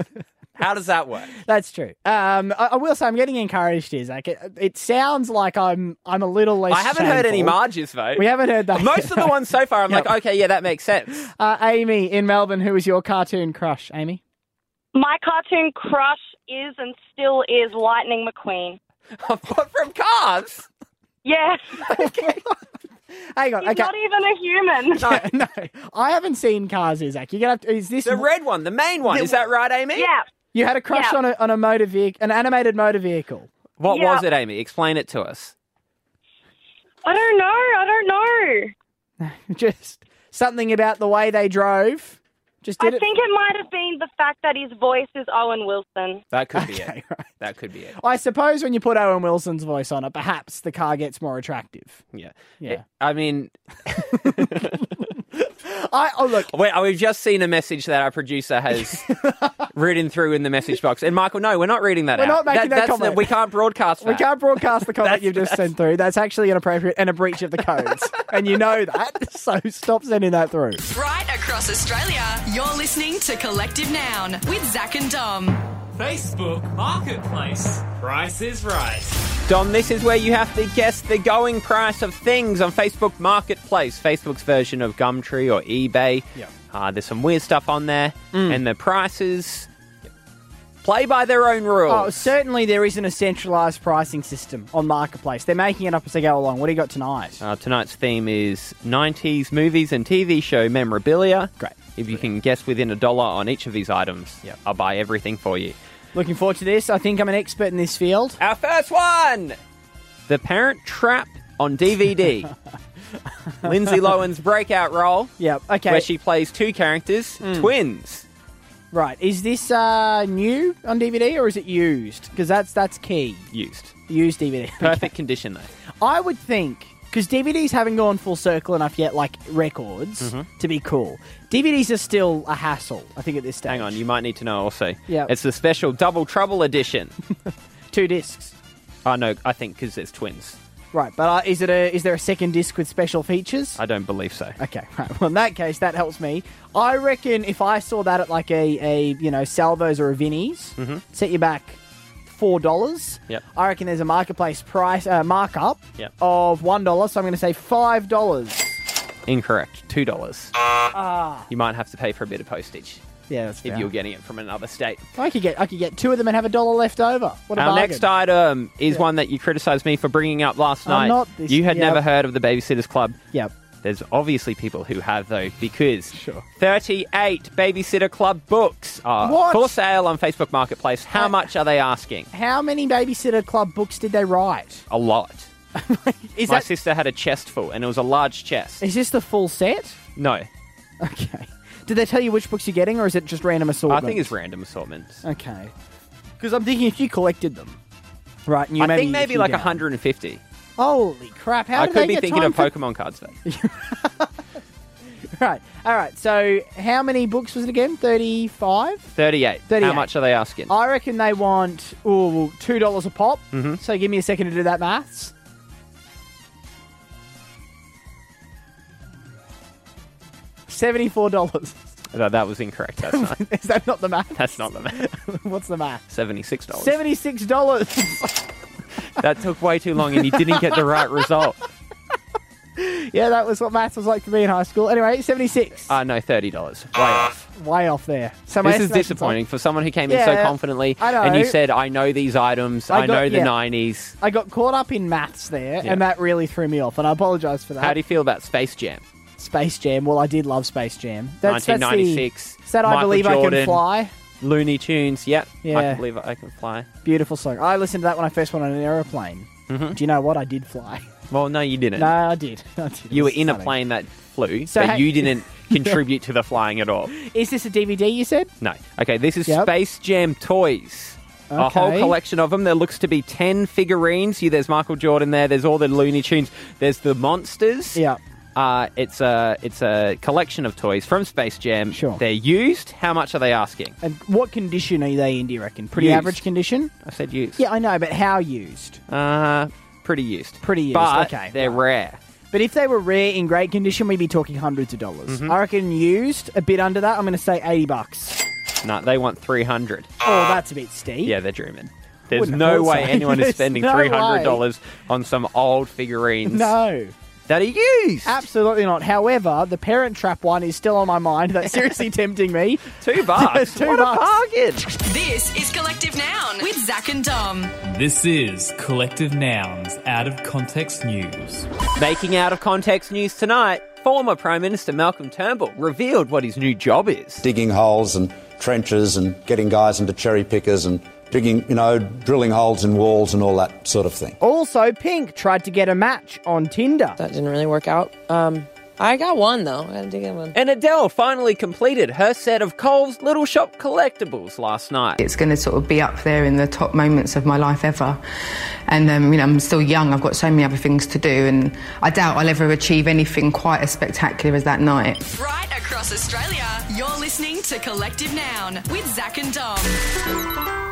Speaker 4: How does that work?
Speaker 3: That's true. Um, I, I will say I'm getting encouraged here, Zach. It, it sounds like I'm I'm a little less.
Speaker 4: I haven't heard any
Speaker 3: shameful.
Speaker 4: Marges though.
Speaker 3: We haven't heard that.
Speaker 4: Most of the ones so far, I'm
Speaker 3: Yep.
Speaker 4: like, okay, yeah, that makes sense.
Speaker 3: Uh, Amy in Melbourne, who is your cartoon crush? Amy.
Speaker 12: My cartoon crush is and still is Lightning McQueen.
Speaker 4: From Cars?
Speaker 12: Yes.
Speaker 3: Hang on.
Speaker 12: He's
Speaker 3: okay.
Speaker 12: not even a human.
Speaker 3: no, I haven't seen Cars, here, Zach. You're gonna have to, is this
Speaker 4: The red one, the main one,
Speaker 3: The-
Speaker 4: is that right, Amy?
Speaker 12: Yeah.
Speaker 3: You had a crush
Speaker 12: Yeah.
Speaker 3: on a on a motor vehicle, an animated motor vehicle.
Speaker 4: What
Speaker 12: Yeah.
Speaker 4: was it, Amy? Explain it to us.
Speaker 12: I don't know. I don't know.
Speaker 3: Just something about the way they drove. Just
Speaker 12: I
Speaker 3: did it.
Speaker 12: think it might have been the fact that his voice is Owen Wilson.
Speaker 4: That could be it. That could be it.
Speaker 3: I suppose when you put Owen Wilson's voice on it, perhaps the car gets more attractive.
Speaker 4: Yeah.
Speaker 3: Yeah.
Speaker 4: I mean,
Speaker 3: I oh look.
Speaker 4: Wait, oh, we've just seen a message that our producer has written through in the message box. And Michael, no, we're not reading that.
Speaker 3: We're not
Speaker 4: out.
Speaker 3: making that
Speaker 4: that's
Speaker 3: comment.
Speaker 4: we can't broadcast.
Speaker 3: We
Speaker 4: that.
Speaker 3: can't broadcast the comment you've just sent through. That's actually inappropriate and a breach of the codes. and you know that, so stop sending that through.
Speaker 2: Right across Australia, you're listening to Collective Noun with Zach and Dom.
Speaker 13: Facebook Marketplace. Price is right.
Speaker 4: Dom, this is where you have to guess the going price of things on Facebook Marketplace, Facebook's version of Gumtree or eBay.
Speaker 13: Yeah.
Speaker 4: Uh, there's some weird stuff on there, and the prices play by their own rules.
Speaker 3: Oh, certainly there isn't a centralised pricing system on Marketplace. They're making it up as they go along. What do you got tonight?
Speaker 4: Uh, tonight's theme is 90s movies and TV show memorabilia. Great. If you can guess within a dollar on each of these items, I'll buy everything for you.
Speaker 3: Looking forward to this. I think I'm an expert in this field.
Speaker 4: Our first one! The Parent Trap on DVD. Lindsay Lohan's breakout role.
Speaker 3: Yep, okay. Hmm.
Speaker 4: Where she plays two characters, twins.
Speaker 3: Right. Is this uh, new on DVD or is it used? Because that's that's key.
Speaker 4: Used.
Speaker 3: Used DVD.
Speaker 4: Perfect condition, though.
Speaker 3: I would think because DVDs haven't gone full circle enough yet, like records,
Speaker 4: Mhm.
Speaker 3: to be cool. DVDs are still a hassle. I think at this stage.
Speaker 4: Hang on, you might need to know also.
Speaker 3: Yep.
Speaker 4: It's the special Double Trouble edition.
Speaker 3: Two discs.
Speaker 4: Oh, no, I think because it's twins.
Speaker 3: Right, but uh, is it a is there a second disc with special features?
Speaker 4: I don't believe so.
Speaker 3: Okay, right. Well, in that case, that helps me. I reckon if I saw that at like a, a you know Salvos or a Vinny's,
Speaker 4: Mhm.
Speaker 3: set you back four dollars.
Speaker 4: Yep.
Speaker 3: I reckon there's a marketplace price uh, markup
Speaker 4: Yep.
Speaker 3: of one dollar, so I'm going to say five dollars.
Speaker 4: Incorrect. $2.
Speaker 3: Ah.
Speaker 4: You might have to pay for a bit of postage.
Speaker 3: Yeah, that's
Speaker 4: If
Speaker 3: fair.
Speaker 4: you're getting it from another state.
Speaker 3: I could get I could get two of them and have a dollar left over. What a
Speaker 4: Our
Speaker 3: bargain.
Speaker 4: next item is
Speaker 3: Yeah.
Speaker 4: one that you criticised me for bringing up last
Speaker 3: I'm
Speaker 4: night.
Speaker 3: not this-
Speaker 4: you had
Speaker 3: yeah.
Speaker 4: never heard of the Babysitters Club.
Speaker 3: Yep.
Speaker 4: There's obviously people who have, though, because 38 Babysitter Club books are
Speaker 3: What? Uh,
Speaker 4: for sale on Facebook Marketplace. How much are they asking?
Speaker 3: How many babysitter club books did they write?
Speaker 4: A lot.
Speaker 3: Is
Speaker 4: My
Speaker 3: that-
Speaker 4: sister had a chest full, and it was a large chest.
Speaker 3: Is this the full set?
Speaker 4: No,
Speaker 3: Did they tell you which books you're getting, or is it just random
Speaker 4: I
Speaker 3: assortment?
Speaker 4: think it's random assortments.
Speaker 3: Okay. Because I'm thinking if you collected them, right? And you
Speaker 4: I
Speaker 3: maybe,
Speaker 4: think maybe
Speaker 3: if you
Speaker 4: like
Speaker 3: got-
Speaker 4: 150.
Speaker 3: Holy crap! How
Speaker 4: I
Speaker 3: do
Speaker 4: could
Speaker 3: they
Speaker 4: be
Speaker 3: get
Speaker 4: thinking
Speaker 3: time
Speaker 4: of Pokemon cards, though.
Speaker 3: For... Right. All right. So how many books was it again? Thirty-five.
Speaker 4: 38.
Speaker 3: 38.
Speaker 4: How much are they asking?
Speaker 3: I reckon they want ooh two dollars a pop.
Speaker 4: Mhm.
Speaker 3: So give me a second to do that maths. Seventy-four dollars.
Speaker 4: No, that was incorrect. That's not.
Speaker 3: Is that not the math?
Speaker 4: That's not the math.
Speaker 3: What's the math?
Speaker 4: Seventy-six dollars.
Speaker 3: Seventy-six dollars.
Speaker 4: That took way too long, and you didn't get the right result.
Speaker 3: yeah, that was what maths was like for me in high school. Anyway, seventy-six.
Speaker 4: Ah, no, thirty dollars. Way off.
Speaker 3: Way off there. So my
Speaker 4: this is
Speaker 3: estimation's
Speaker 4: disappointing for someone who came in
Speaker 3: Yeah,
Speaker 4: so confidently,
Speaker 3: I know.
Speaker 4: and you said, "I know these items.
Speaker 3: I
Speaker 4: I,
Speaker 3: got-
Speaker 4: know the
Speaker 3: yeah.
Speaker 4: '90s."
Speaker 3: I got caught up in maths there,
Speaker 4: Yeah.
Speaker 3: and that really threw me off, and I apologise for that.
Speaker 4: How do you feel about Space Jam?
Speaker 3: Space Jam. Well, I did love Space Jam. That's,
Speaker 4: 1996.
Speaker 3: That's the, is that I
Speaker 4: Michael
Speaker 3: believe I can
Speaker 4: Jordan.
Speaker 3: fly?
Speaker 4: Looney Tunes. Yep. I
Speaker 3: Yeah.
Speaker 4: can believe I can fly.
Speaker 3: Beautiful song. I listened to that when I first went on an aeroplane. Do you know what? I did fly.
Speaker 4: Well, Mm-hmm. no, you didn't.
Speaker 3: No, I did. I did.
Speaker 4: you
Speaker 3: It
Speaker 4: were
Speaker 3: was
Speaker 4: in a
Speaker 3: stunning.
Speaker 4: plane that flew,
Speaker 3: So
Speaker 4: but
Speaker 3: ha-
Speaker 4: you didn't contribute to the flying at all.
Speaker 3: Is this a DVD you said?
Speaker 4: No. Okay, this is Space Jam toys. A whole
Speaker 3: Okay.
Speaker 4: collection of them. There looks to be 10 figurines. See, there's Michael Jordan there. There's all the Looney Tunes. There's the monsters.
Speaker 3: Yeah.
Speaker 4: Uh, it's a it's a collection of toys from Space Jam. Sure. They're used. How much are they asking?
Speaker 3: And what condition are they in, do you reckon? Pretty
Speaker 4: Used.
Speaker 3: average condition?
Speaker 4: I said used.
Speaker 3: Yeah, I know, but how used?
Speaker 4: Uh, pretty used.
Speaker 3: Pretty used.
Speaker 4: But
Speaker 3: okay.
Speaker 4: they're rare.
Speaker 3: But if they were rare in great condition, we'd be talking hundreds of dollars.
Speaker 4: Mm-hmm.
Speaker 3: I reckon used, a bit under that, I'm going to say 80 bucks.
Speaker 4: No, they want 300.
Speaker 3: Oh, that's a bit steep.
Speaker 4: Ah. Yeah, they're dreaming. There's
Speaker 3: Wouldn't
Speaker 4: no
Speaker 3: have thought
Speaker 4: way
Speaker 3: so.
Speaker 4: anyone is
Speaker 3: There's
Speaker 4: spending
Speaker 3: no
Speaker 4: $300 on some old figurines
Speaker 3: No.
Speaker 4: that are used.
Speaker 3: Absolutely not. However, the Parent Trap one is still on my mind. That's seriously tempting me.
Speaker 4: Two bucks.
Speaker 3: Two
Speaker 4: What a
Speaker 3: bucks.
Speaker 2: This is Collective Noun with Zach and Dom.
Speaker 13: This is Collective Nouns Out of Context News.
Speaker 4: Making out of context news tonight, former Prime Minister Malcolm Turnbull revealed what his new job is.
Speaker 14: digging holes and trenches and getting guys into cherry pickers and digging, you know, drilling holes in walls and all that sort of thing.
Speaker 3: Also, Pink tried to get a match on Tinder. That
Speaker 15: didn't really work out. Um, I got one though. I did get one.
Speaker 4: And Adele finally completed her set of Cole's Little Shop collectibles last night.
Speaker 16: It's going to sort of be up there in the top moments of my life ever. And, um, you know, I'm still young, I've got so many other things to do, and I doubt I'll ever achieve anything quite as spectacular as that night.
Speaker 2: Right across Australia, you're listening to Collective Noun with Zach and Dom.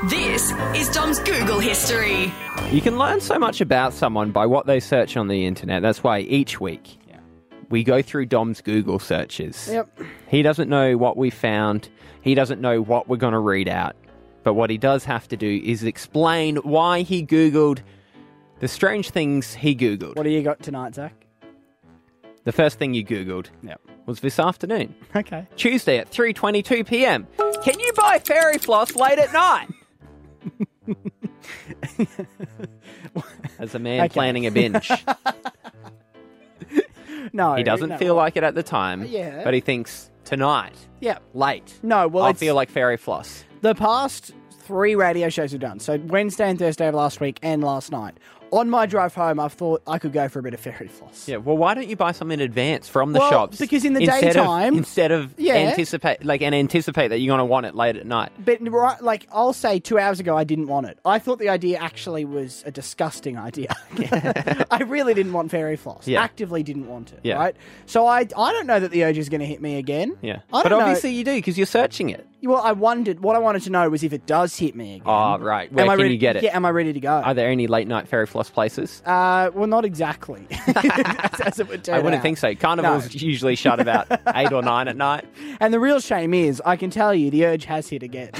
Speaker 2: This is Dom's Google history.
Speaker 4: You can learn so much about someone by what they search on the internet. That's why each week we go through Dom's Google searches.
Speaker 3: Yep.
Speaker 4: He doesn't know what we found, he doesn't know what we're going to read out. But what he does have to do is explain why he Googled the strange things he Googled.
Speaker 3: What do you got tonight, Zach?
Speaker 4: The first thing you Googled was this afternoon.
Speaker 3: Okay.
Speaker 4: Tuesday at 3:22 p.m. Can you buy fairy floss late at night? As a man
Speaker 3: Okay.
Speaker 4: planning a binge,
Speaker 3: No.
Speaker 4: he doesn't
Speaker 3: no.
Speaker 4: feel like it at the time,
Speaker 3: Yeah.
Speaker 4: but he thinks tonight,
Speaker 3: Yeah.
Speaker 4: late.
Speaker 3: No, well,
Speaker 4: I
Speaker 3: it's-
Speaker 4: feel like fairy floss.
Speaker 3: The past three radio shows we've done, so Wednesday and Thursday of last week and last night, on my drive home, I've thought I could go for a bit of fairy floss.
Speaker 4: Yeah. Well, why don't you buy some in advance from the
Speaker 3: Well,
Speaker 4: shops?
Speaker 3: because in the
Speaker 4: instead of-
Speaker 3: daytime-
Speaker 4: instead of
Speaker 3: Yeah.
Speaker 4: anticipate like and anticipate that you're going to want it late at night.
Speaker 3: But right, like I'll say, two hours ago I didn't want it. I thought the idea actually was a disgusting idea. I really didn't want fairy floss.
Speaker 4: Yeah.
Speaker 3: Actively didn't want it.
Speaker 4: Yeah.
Speaker 3: Right. So I, I don't know that the urge is going to hit me again.
Speaker 4: Yeah.
Speaker 3: I
Speaker 4: but
Speaker 3: don't know.
Speaker 4: obviously you do because you're searching it.
Speaker 3: Well, I wondered. What I wanted to know was if it does hit me again.
Speaker 4: Oh, right. Where
Speaker 3: am I
Speaker 4: can
Speaker 3: ready,
Speaker 4: you get it?
Speaker 3: Yeah. Am I ready to go?
Speaker 4: Are there any late night fairy floss places?
Speaker 3: Uh, well, not exactly. as, as it would turn
Speaker 4: I wouldn't
Speaker 3: out.
Speaker 4: think so. Carnival's
Speaker 3: No.
Speaker 4: usually shut about eight or nine at night.
Speaker 3: And the real shame is, I can tell you, the urge has hit again.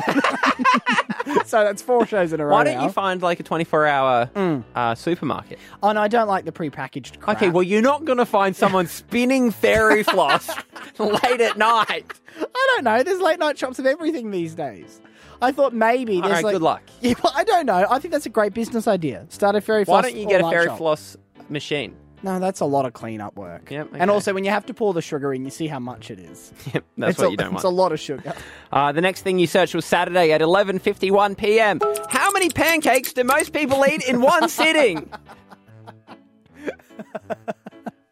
Speaker 3: so that's four shows in a row.
Speaker 4: Why don't
Speaker 3: now.
Speaker 4: you find like a 24 hour
Speaker 3: Mm.
Speaker 4: uh, supermarket?
Speaker 3: Oh, no, I don't like the prepackaged crap.
Speaker 4: Okay, well, you're not going to find someone spinning fairy floss late at night.
Speaker 3: I don't know. There's late night shops of everything these days. I thought maybe.
Speaker 4: All
Speaker 3: There's
Speaker 4: right,
Speaker 3: like,
Speaker 4: good luck.
Speaker 3: Yeah, well, I don't know. I think that's a great business idea. Start a fairy
Speaker 4: Why
Speaker 3: floss.
Speaker 4: don't you
Speaker 3: or
Speaker 4: get a
Speaker 3: lunch
Speaker 4: fairy
Speaker 3: shop.
Speaker 4: floss machine?
Speaker 3: No, that's a lot of cleanup work.
Speaker 4: Yep, okay.
Speaker 3: And also, when you have to pour the sugar in, you see how much it is.
Speaker 4: Yep, that's
Speaker 3: it's
Speaker 4: what
Speaker 3: a,
Speaker 4: you don't
Speaker 3: It's
Speaker 4: want.
Speaker 3: a lot of sugar.
Speaker 4: Uh, the next thing you searched was Saturday at 11:51 p.m. How many pancakes do most people eat in one sitting?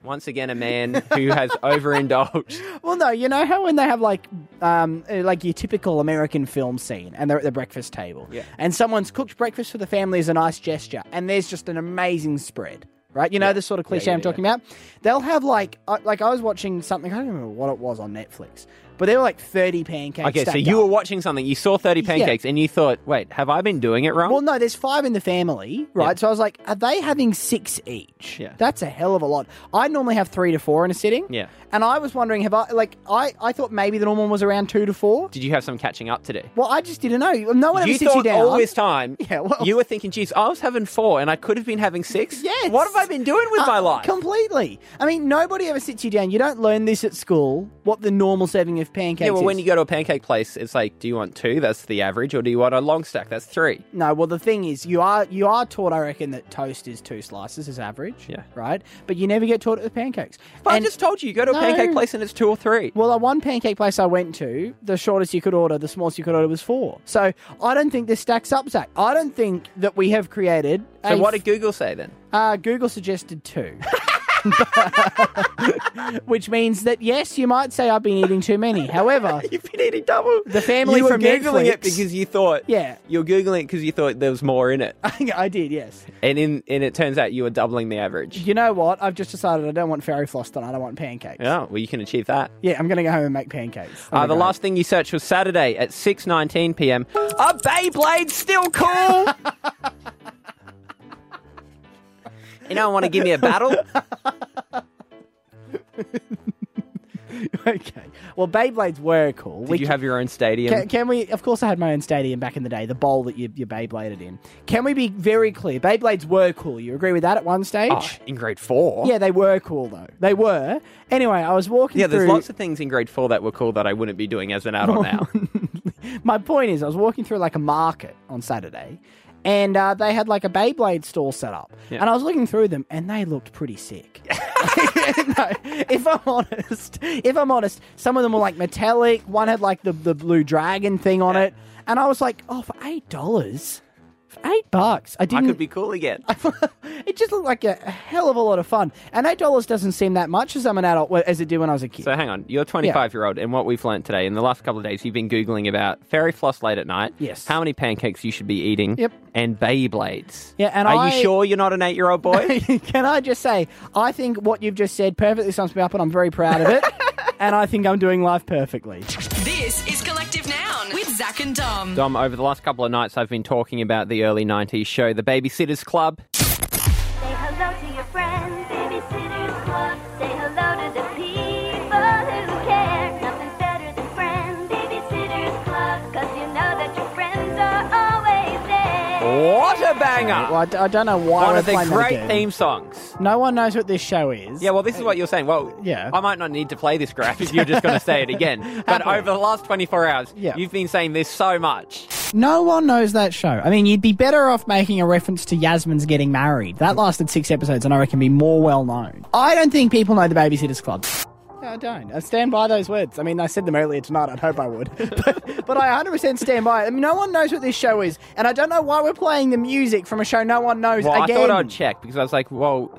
Speaker 4: Once again, a man who has overindulged.
Speaker 3: Well, no, you know how when they have like, um, uh, like your typical American film scene, and they're at the breakfast table,
Speaker 4: Yeah.
Speaker 3: and someone's cooked breakfast for the family as a nice gesture, and there's just an amazing spread, right? You know the sort of cliche
Speaker 4: yeah,
Speaker 3: I'm talking about. They'll have like, uh, like I was watching something, I don't remember what it was on Netflix, but there were like 30 pancakes.
Speaker 4: Okay, so
Speaker 3: stacked
Speaker 4: you
Speaker 3: up.
Speaker 4: were watching something, you saw 30 pancakes, and you thought, wait, have I been doing it wrong?
Speaker 3: Well, no, there's five in the family, right? So I was like, are they having six each? Yeah. That's a hell of a lot. I normally have three to four in a sitting.
Speaker 4: yeah.
Speaker 3: And I was wondering, have I, like, I, I thought maybe the normal was around two to four.
Speaker 4: Did you have some catching up today?
Speaker 3: Well, I just didn't know. No one ever
Speaker 4: you
Speaker 3: sits you
Speaker 4: thought
Speaker 3: down.
Speaker 4: all this time,
Speaker 3: Yeah, well-
Speaker 4: you were thinking, geez, I was having four and I could have been having six.
Speaker 3: Yes.
Speaker 4: What have I been doing with
Speaker 3: Uh,
Speaker 4: my life?
Speaker 3: Completely. I mean, nobody ever sits you down. You don't learn this at school, what the normal serving of of pancakes.
Speaker 4: yeah, well, when
Speaker 3: is.
Speaker 4: you go to a pancake place, it's like, do you want two? That's the average, or do you want a long stack? That's three.
Speaker 3: No, well, the thing is, you are you are taught, I reckon, that toast is two slices is average. Yeah. Right? But you never get taught it with pancakes.
Speaker 4: But I just told you, you go to a pancake place and it's two or three.
Speaker 3: Well, at one pancake place I went to, the shortest you could order, the smallest you could order was four. So I don't think this stacks up, Zach. I don't think that we have created.
Speaker 4: So
Speaker 3: a
Speaker 4: what did Google say then?
Speaker 3: Uh, Google suggested two. Which means that yes, you might say I've been eating too many. However,
Speaker 4: you've been eating double.
Speaker 3: The family
Speaker 4: you were
Speaker 3: from
Speaker 4: googling
Speaker 3: Netflix,
Speaker 4: it because you thought.
Speaker 3: Yeah.
Speaker 4: You're googling it because you thought there was more in it,
Speaker 3: I did. Yes.
Speaker 4: and in and it turns out you were doubling the average.
Speaker 3: You know what? I've just decided I don't want fairy floss tonight. I want pancakes.
Speaker 4: Yeah, well, you can achieve that.
Speaker 3: Yeah, I'm going to go home and make pancakes.
Speaker 4: Uh, the last thing you searched was Saturday at 6.19 p.m. Are Beyblades still cool? you don't want to give me a battle?
Speaker 3: okay. Well, Beyblades were cool.
Speaker 4: Did you have your own stadium?
Speaker 3: Can, can we? Of course, I had my own stadium back in the day, the bowl that you, you Beybladed in. Can we be very clear? Beyblades were cool. You agree with that at one stage?
Speaker 4: Oh, in grade four?
Speaker 3: Yeah, they were cool though. They were. Anyway, I was walking.
Speaker 4: Yeah, there's
Speaker 3: through...
Speaker 4: lots of things in grade four that were cool that I wouldn't be doing as an adult now.
Speaker 3: My point is, I was walking through like a market on Saturday, and uh, they had like a Beyblade store set up,
Speaker 4: Yeah.
Speaker 3: and I was looking through them, and they looked pretty sick. No, if I'm honest, if I'm honest, some of them were like metallic. One had like the the blue dragon thing on it, and I was like, oh, for eight dollars. for Eight bucks. I
Speaker 4: I
Speaker 3: didn't.
Speaker 4: could be cool again.
Speaker 3: It just looked like a hell of a lot of fun, and eight dollars doesn't seem that much as I'm an adult well, as it did when I was a kid.
Speaker 4: So hang on, you're 25 year old, and what we've learnt today in the last couple of days, you've been googling about fairy floss late at night. Yes. How many pancakes you should be eating?
Speaker 3: Yep.
Speaker 4: And Beyblades.
Speaker 3: Yeah, and
Speaker 4: are
Speaker 3: I-
Speaker 4: you sure you're not an eight year old boy?
Speaker 3: Can I just say, I think what you've just said perfectly sums me up, and I'm very proud of it. and I think I'm doing life perfectly.
Speaker 2: This is Collective Noun with Zach and Dom.
Speaker 4: Dom, over the last couple of nights, I've been talking about the early 90s show, The Babysitters Club.
Speaker 17: Say hello to your friends, babysitters club. Say hello to the people who care. Nothing's better than friends, babysitters club. Cause you know that your friends are always there.
Speaker 4: What a banger!
Speaker 3: Well, I, d- I don't know why
Speaker 4: One
Speaker 3: we're
Speaker 4: of the
Speaker 3: playing that
Speaker 4: great
Speaker 3: again.
Speaker 4: theme songs.
Speaker 3: No one knows what this show is.
Speaker 4: Yeah, well, this is what you're saying. Well,
Speaker 3: Yeah.
Speaker 4: I might not need to play this graph if you're just going to say it again. But
Speaker 3: Happily.
Speaker 4: over the last 24 hours,
Speaker 3: Yeah.
Speaker 4: you've been saying this so much.
Speaker 3: No one knows that show. I mean, you'd be better off making a reference to Yasmin's getting married. That lasted six episodes, and I reckon be more well known. I don't think people know the Babysitters Club. No, I don't. I stand by those words. I mean, I said them earlier tonight. I'd hope I would. But, but I 100% stand by it. I mean, no one knows what this show is, and I don't know why we're playing the music from a show no one knows
Speaker 4: Well,
Speaker 3: again.
Speaker 4: I thought I'd check because I was like, well,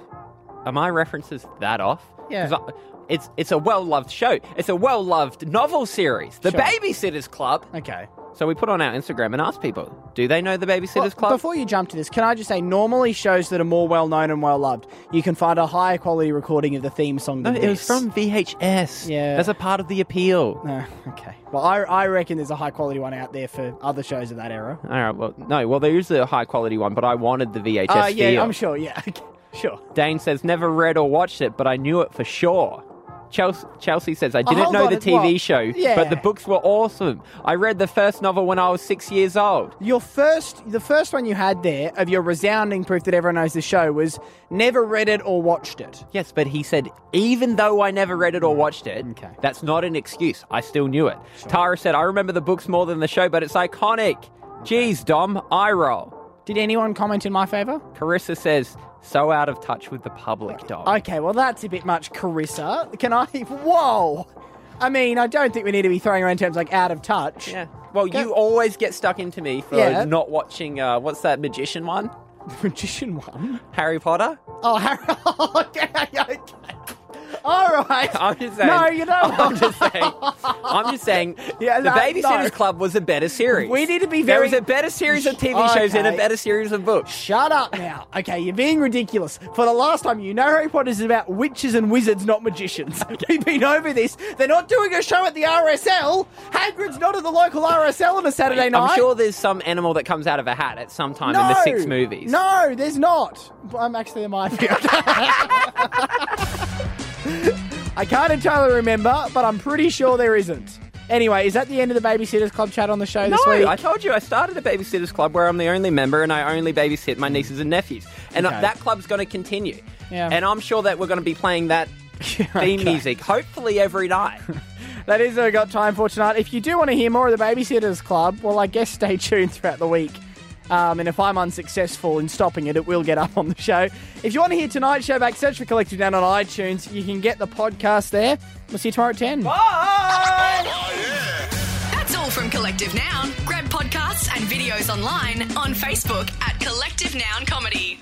Speaker 4: are my references that off?
Speaker 3: Yeah.
Speaker 4: 'Cause I- it's it's a well loved show. It's a well loved novel series, The
Speaker 3: Sure.
Speaker 4: Babysitters Club.
Speaker 3: Okay.
Speaker 4: So we put on our Instagram and asked people, do they know The Babysitters
Speaker 3: Well,
Speaker 4: Club?
Speaker 3: Before you jump to this, can I just say, normally shows that are more well known and well loved, you can find a higher quality recording of the theme song.
Speaker 4: No,
Speaker 3: than
Speaker 4: it was
Speaker 3: this.
Speaker 4: from VHS.
Speaker 3: Yeah.
Speaker 4: That's a part of the appeal.
Speaker 3: No, okay. Well, I, I reckon there's a high quality one out there for other shows of that era.
Speaker 4: All right, well, no, well, there is a high quality one, but I wanted the VHS
Speaker 3: Uh, yeah,
Speaker 4: feel.
Speaker 3: I'm sure. Yeah, okay, sure.
Speaker 4: Dane says, never read or watched it, but I knew it for sure. Chelsea, Chelsea says, I
Speaker 3: Oh,
Speaker 4: didn't
Speaker 3: hold
Speaker 4: know
Speaker 3: on,
Speaker 4: the
Speaker 3: it-
Speaker 4: TV
Speaker 3: what?
Speaker 4: show, but
Speaker 3: Yeah.
Speaker 4: the books were awesome. I read the first novel when I was six years old.
Speaker 3: Your first, the first one you had there of your resounding proof that everyone knows the show was never read it or watched it.
Speaker 4: Yes, but he said, even though I never read it or watched it, that's not an excuse. I still knew it. Tara said, I remember the books more than the show, but it's iconic. Jeez, Dom, I roll.
Speaker 3: Did anyone comment in my favour?
Speaker 4: Carissa says, so out of touch with the public, Dom.
Speaker 3: Okay, well that's a bit much, Carissa. Can I? Whoa. I mean, I don't think we need to be throwing around terms like out of touch.
Speaker 4: Yeah. Well, you always get stuck into me for
Speaker 3: Yeah.
Speaker 4: not watching, uh, what's that magician one?
Speaker 3: magician one?
Speaker 4: Harry Potter?
Speaker 3: Oh, Harry. All right.
Speaker 4: I'm just saying.
Speaker 3: No, you know
Speaker 4: I'm
Speaker 3: what?
Speaker 4: just saying. I'm just saying.
Speaker 3: Yeah,
Speaker 4: the
Speaker 3: no,
Speaker 4: Babysitters
Speaker 3: no.
Speaker 4: Club was a better series.
Speaker 3: We need to be
Speaker 4: There
Speaker 3: very-
Speaker 4: was a better series of TV shows and a
Speaker 3: Okay.
Speaker 4: better series of books.
Speaker 3: Shut up now. Okay, you're being ridiculous. For the last time, you know Harry Potter is about witches and wizards, not magicians. We've been over this. They're not doing a show at the RSL. Hagrid's not at the local RSL on a Saturday night.
Speaker 4: I'm sure there's some animal that comes out of a hat at some time
Speaker 3: no.
Speaker 4: in the six movies.
Speaker 3: No, there's not. I'm actually in my field. I can't entirely remember, but I'm pretty sure there isn't. Anyway, is that the end of the Babysitters Club chat on the show this week?
Speaker 4: I told you I started a babysitters club where I'm the only member and I only babysit my nieces and nephews. And uh,
Speaker 3: Okay.
Speaker 4: that club's going to continue.
Speaker 3: Yeah.
Speaker 4: And I'm sure that we're going to be playing that theme music, hopefully every night.
Speaker 3: That is all we got time for tonight. If you do want to hear more of the Babysitters Club, well, I guess stay tuned throughout the week. Um, and if I'm unsuccessful in stopping it, it will get up on the show. If you want to hear tonight's show back, search for Collective Down on iTunes. You can get the podcast there. We'll see you tomorrow at 10.
Speaker 2: That's all from Collective Noun. Grab podcasts and videos online on Facebook at Collective Noun Comedy.